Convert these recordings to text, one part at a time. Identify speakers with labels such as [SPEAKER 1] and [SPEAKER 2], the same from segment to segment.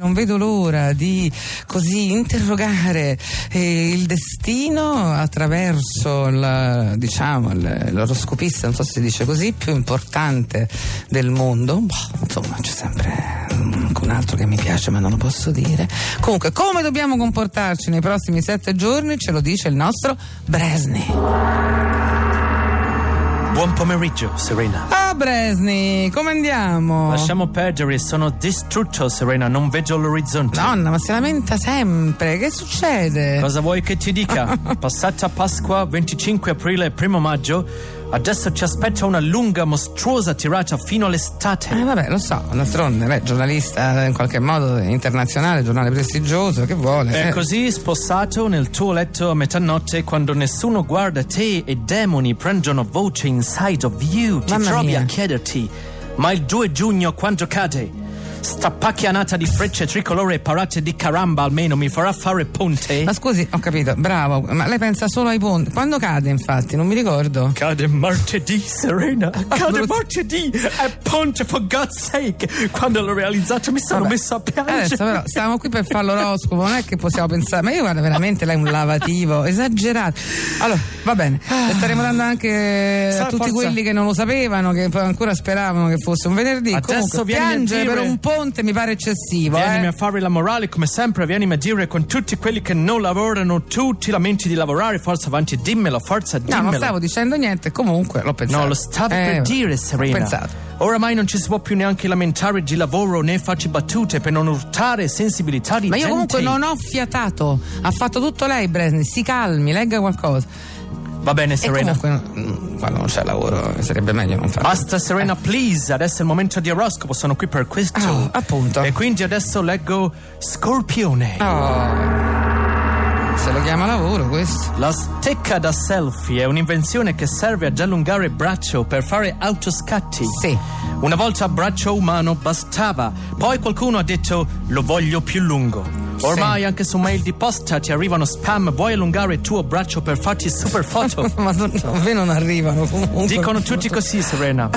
[SPEAKER 1] non vedo l'ora di così interrogare eh, il destino attraverso la, diciamo, l- l'oroscopista, non so se si dice così, più importante del mondo. Boh, insomma, c'è sempre mm, un altro che mi piace, ma non lo posso dire. Comunque, come dobbiamo comportarci nei prossimi sette giorni ce lo dice il nostro Bresni.
[SPEAKER 2] Buon pomeriggio, Serena.
[SPEAKER 1] Ah, Bresni, come andiamo?
[SPEAKER 2] Lasciamo perdere, sono distrutto, Serena, non vedo l'orizzonte.
[SPEAKER 1] Nonna, ma si lamenta sempre. Che succede?
[SPEAKER 2] Cosa vuoi che ti dica? Passata Pasqua, 25 aprile e 1 maggio, adesso ci aspetta una lunga, mostruosa tirata fino
[SPEAKER 1] Eh,
[SPEAKER 2] all'estate.
[SPEAKER 1] vabbè, lo so, d'altronde, beh, giornalista eh, in qualche modo internazionale, giornale prestigioso, che vuole.
[SPEAKER 2] E
[SPEAKER 1] eh.
[SPEAKER 2] così, spossato nel tuo letto a metà notte, quando nessuno guarda te e demoni prendono voce inside of you, ti
[SPEAKER 1] Mamma
[SPEAKER 2] trovi
[SPEAKER 1] mia.
[SPEAKER 2] a chiederti, ma il 2 giugno quando cade? Sta pacchianata di frecce tricolore e parate di caramba almeno mi farà fare ponte?
[SPEAKER 1] Ma scusi, ho capito, bravo, ma lei pensa solo ai ponti. Quando cade, infatti, non mi ricordo.
[SPEAKER 2] Cade martedì, Serena. Cade
[SPEAKER 1] Ah, brutto.
[SPEAKER 2] martedì. È ponte, for God's sake. Quando l'ho realizzato mi sono
[SPEAKER 1] Vabbè. Eh,
[SPEAKER 2] messo a piangere.
[SPEAKER 1] Adesso però stiamo qui per fare l'oroscopo, non è che possiamo pensare, ma io guardo veramente lei è un lavativo, esagerato. Allora, va bene, e staremo dando anche a
[SPEAKER 2] Sa,
[SPEAKER 1] tutti
[SPEAKER 2] Ah. forza.
[SPEAKER 1] quelli che non lo sapevano, che poi ancora speravano che fosse un venerdì.
[SPEAKER 2] Adesso
[SPEAKER 1] Comunque,
[SPEAKER 2] vieni a
[SPEAKER 1] piangere
[SPEAKER 2] dire-
[SPEAKER 1] per un ponte mi pare eccessivo.
[SPEAKER 2] Vienimi
[SPEAKER 1] eh.
[SPEAKER 2] a fare la morale come sempre, vienimi a dire con tutti quelli che non lavorano, tu ti lamenti di lavorare, forza avanti, dimmelo, forza dimmelo.
[SPEAKER 1] No, non stavo dicendo niente, comunque l'ho pensato.
[SPEAKER 2] No, lo stavi
[SPEAKER 1] Eh,
[SPEAKER 2] per
[SPEAKER 1] vabbè,
[SPEAKER 2] dire,
[SPEAKER 1] Ho
[SPEAKER 2] Serena.
[SPEAKER 1] pensato.
[SPEAKER 2] Oramai non ci si può più neanche lamentare di lavoro né farci battute per non urtare sensibilità di
[SPEAKER 1] Ma io
[SPEAKER 2] gente.
[SPEAKER 1] comunque non ho fiatato, ha fatto tutto lei Bresni, si calmi, legga qualcosa.
[SPEAKER 2] Va bene, Serena.
[SPEAKER 1] E comunque mm, quando non c'è lavoro eh, sarebbe meglio non farlo.
[SPEAKER 2] Basta Serena, please, adesso è il momento di oroscopo, sono qui per questo.
[SPEAKER 1] Eh. Ah, appunto.
[SPEAKER 2] E quindi adesso leggo Scorpione.
[SPEAKER 1] Oh. Se lo chiama lavoro questo.
[SPEAKER 2] La stecca da selfie è un'invenzione che serve ad allungare braccio per fare autoscatti.
[SPEAKER 1] Sì.
[SPEAKER 2] Una volta braccio umano bastava, poi qualcuno ha detto lo voglio più lungo. Ormai
[SPEAKER 1] Sì.
[SPEAKER 2] anche su mail di posta ti arrivano spam, vuoi allungare il tuo braccio per farti super foto?
[SPEAKER 1] Ma non, a me non arrivano comunque.
[SPEAKER 2] Dicono tutti così, Serena.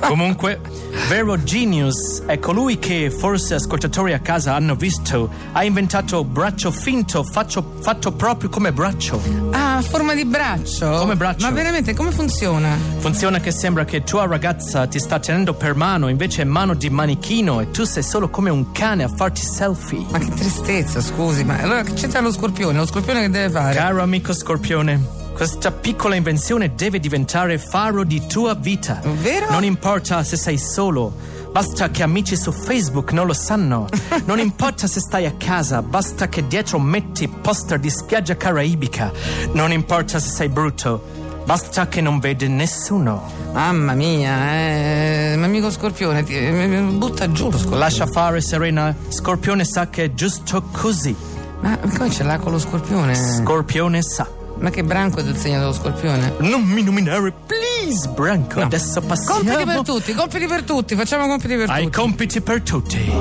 [SPEAKER 2] Comunque, vero genius è colui che forse ascoltatori a casa hanno visto. Ha inventato braccio finto, faccio- fatto proprio come braccio.
[SPEAKER 1] Ah, a forma di braccio.
[SPEAKER 2] Come braccio.
[SPEAKER 1] Ma veramente come funziona?
[SPEAKER 2] Funziona che sembra che tua ragazza ti sta tenendo per mano, invece è mano di manichino e tu sei solo come un cane a farti selfie.
[SPEAKER 1] Ma che tristezza, scusi, ma allora che c'entra lo scorpione? Lo scorpione che deve fare?
[SPEAKER 2] Caro amico Scorpione, questa piccola invenzione deve diventare faro di tua vita.
[SPEAKER 1] Vero?
[SPEAKER 2] Non importa se sei solo, basta che amici su Facebook non lo sanno. Non importa se stai a casa, basta che dietro metti poster di spiaggia caraibica. Non importa se sei brutto, basta che non vede nessuno.
[SPEAKER 1] Mamma mia, eh. Ma amico scorpione, ti- mi- mi butta giù lo scorpione.
[SPEAKER 2] Lascia fare, Serena. Scorpione sa che è giusto così.
[SPEAKER 1] Ma come ce l'ha con lo scorpione?
[SPEAKER 2] Scorpione sa.
[SPEAKER 1] ma che branco è del segno dello scorpione?
[SPEAKER 2] Non mi nominare, please, Branco. Adesso passiamo.
[SPEAKER 1] Compiti per tutti, compiti per tutti, facciamo compiti per
[SPEAKER 2] Hai
[SPEAKER 1] tutti.
[SPEAKER 2] compiti per tutti.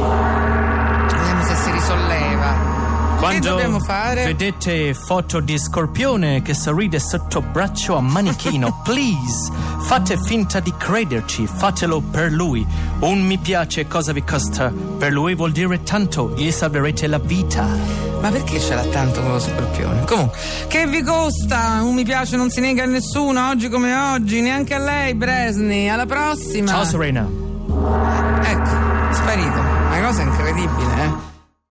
[SPEAKER 1] Vediamo se si risolleva.
[SPEAKER 2] Quando
[SPEAKER 1] che dobbiamo fare?
[SPEAKER 2] vedete foto di scorpione che sorride sotto braccio a manichino, please, fate finta di crederci, fatelo per lui. Un mi piace cosa vi costa, per lui vuol dire tanto, gli salverete la vita.
[SPEAKER 1] Ma perché ce l'ha tanto con lo scorpione? Comunque, che vi costa? Un mi piace non si nega a nessuno, oggi come oggi, neanche a lei, Bresni. Alla prossima.
[SPEAKER 2] Ciao Serena.
[SPEAKER 1] Ecco, sparito. Una cosa incredibile, eh.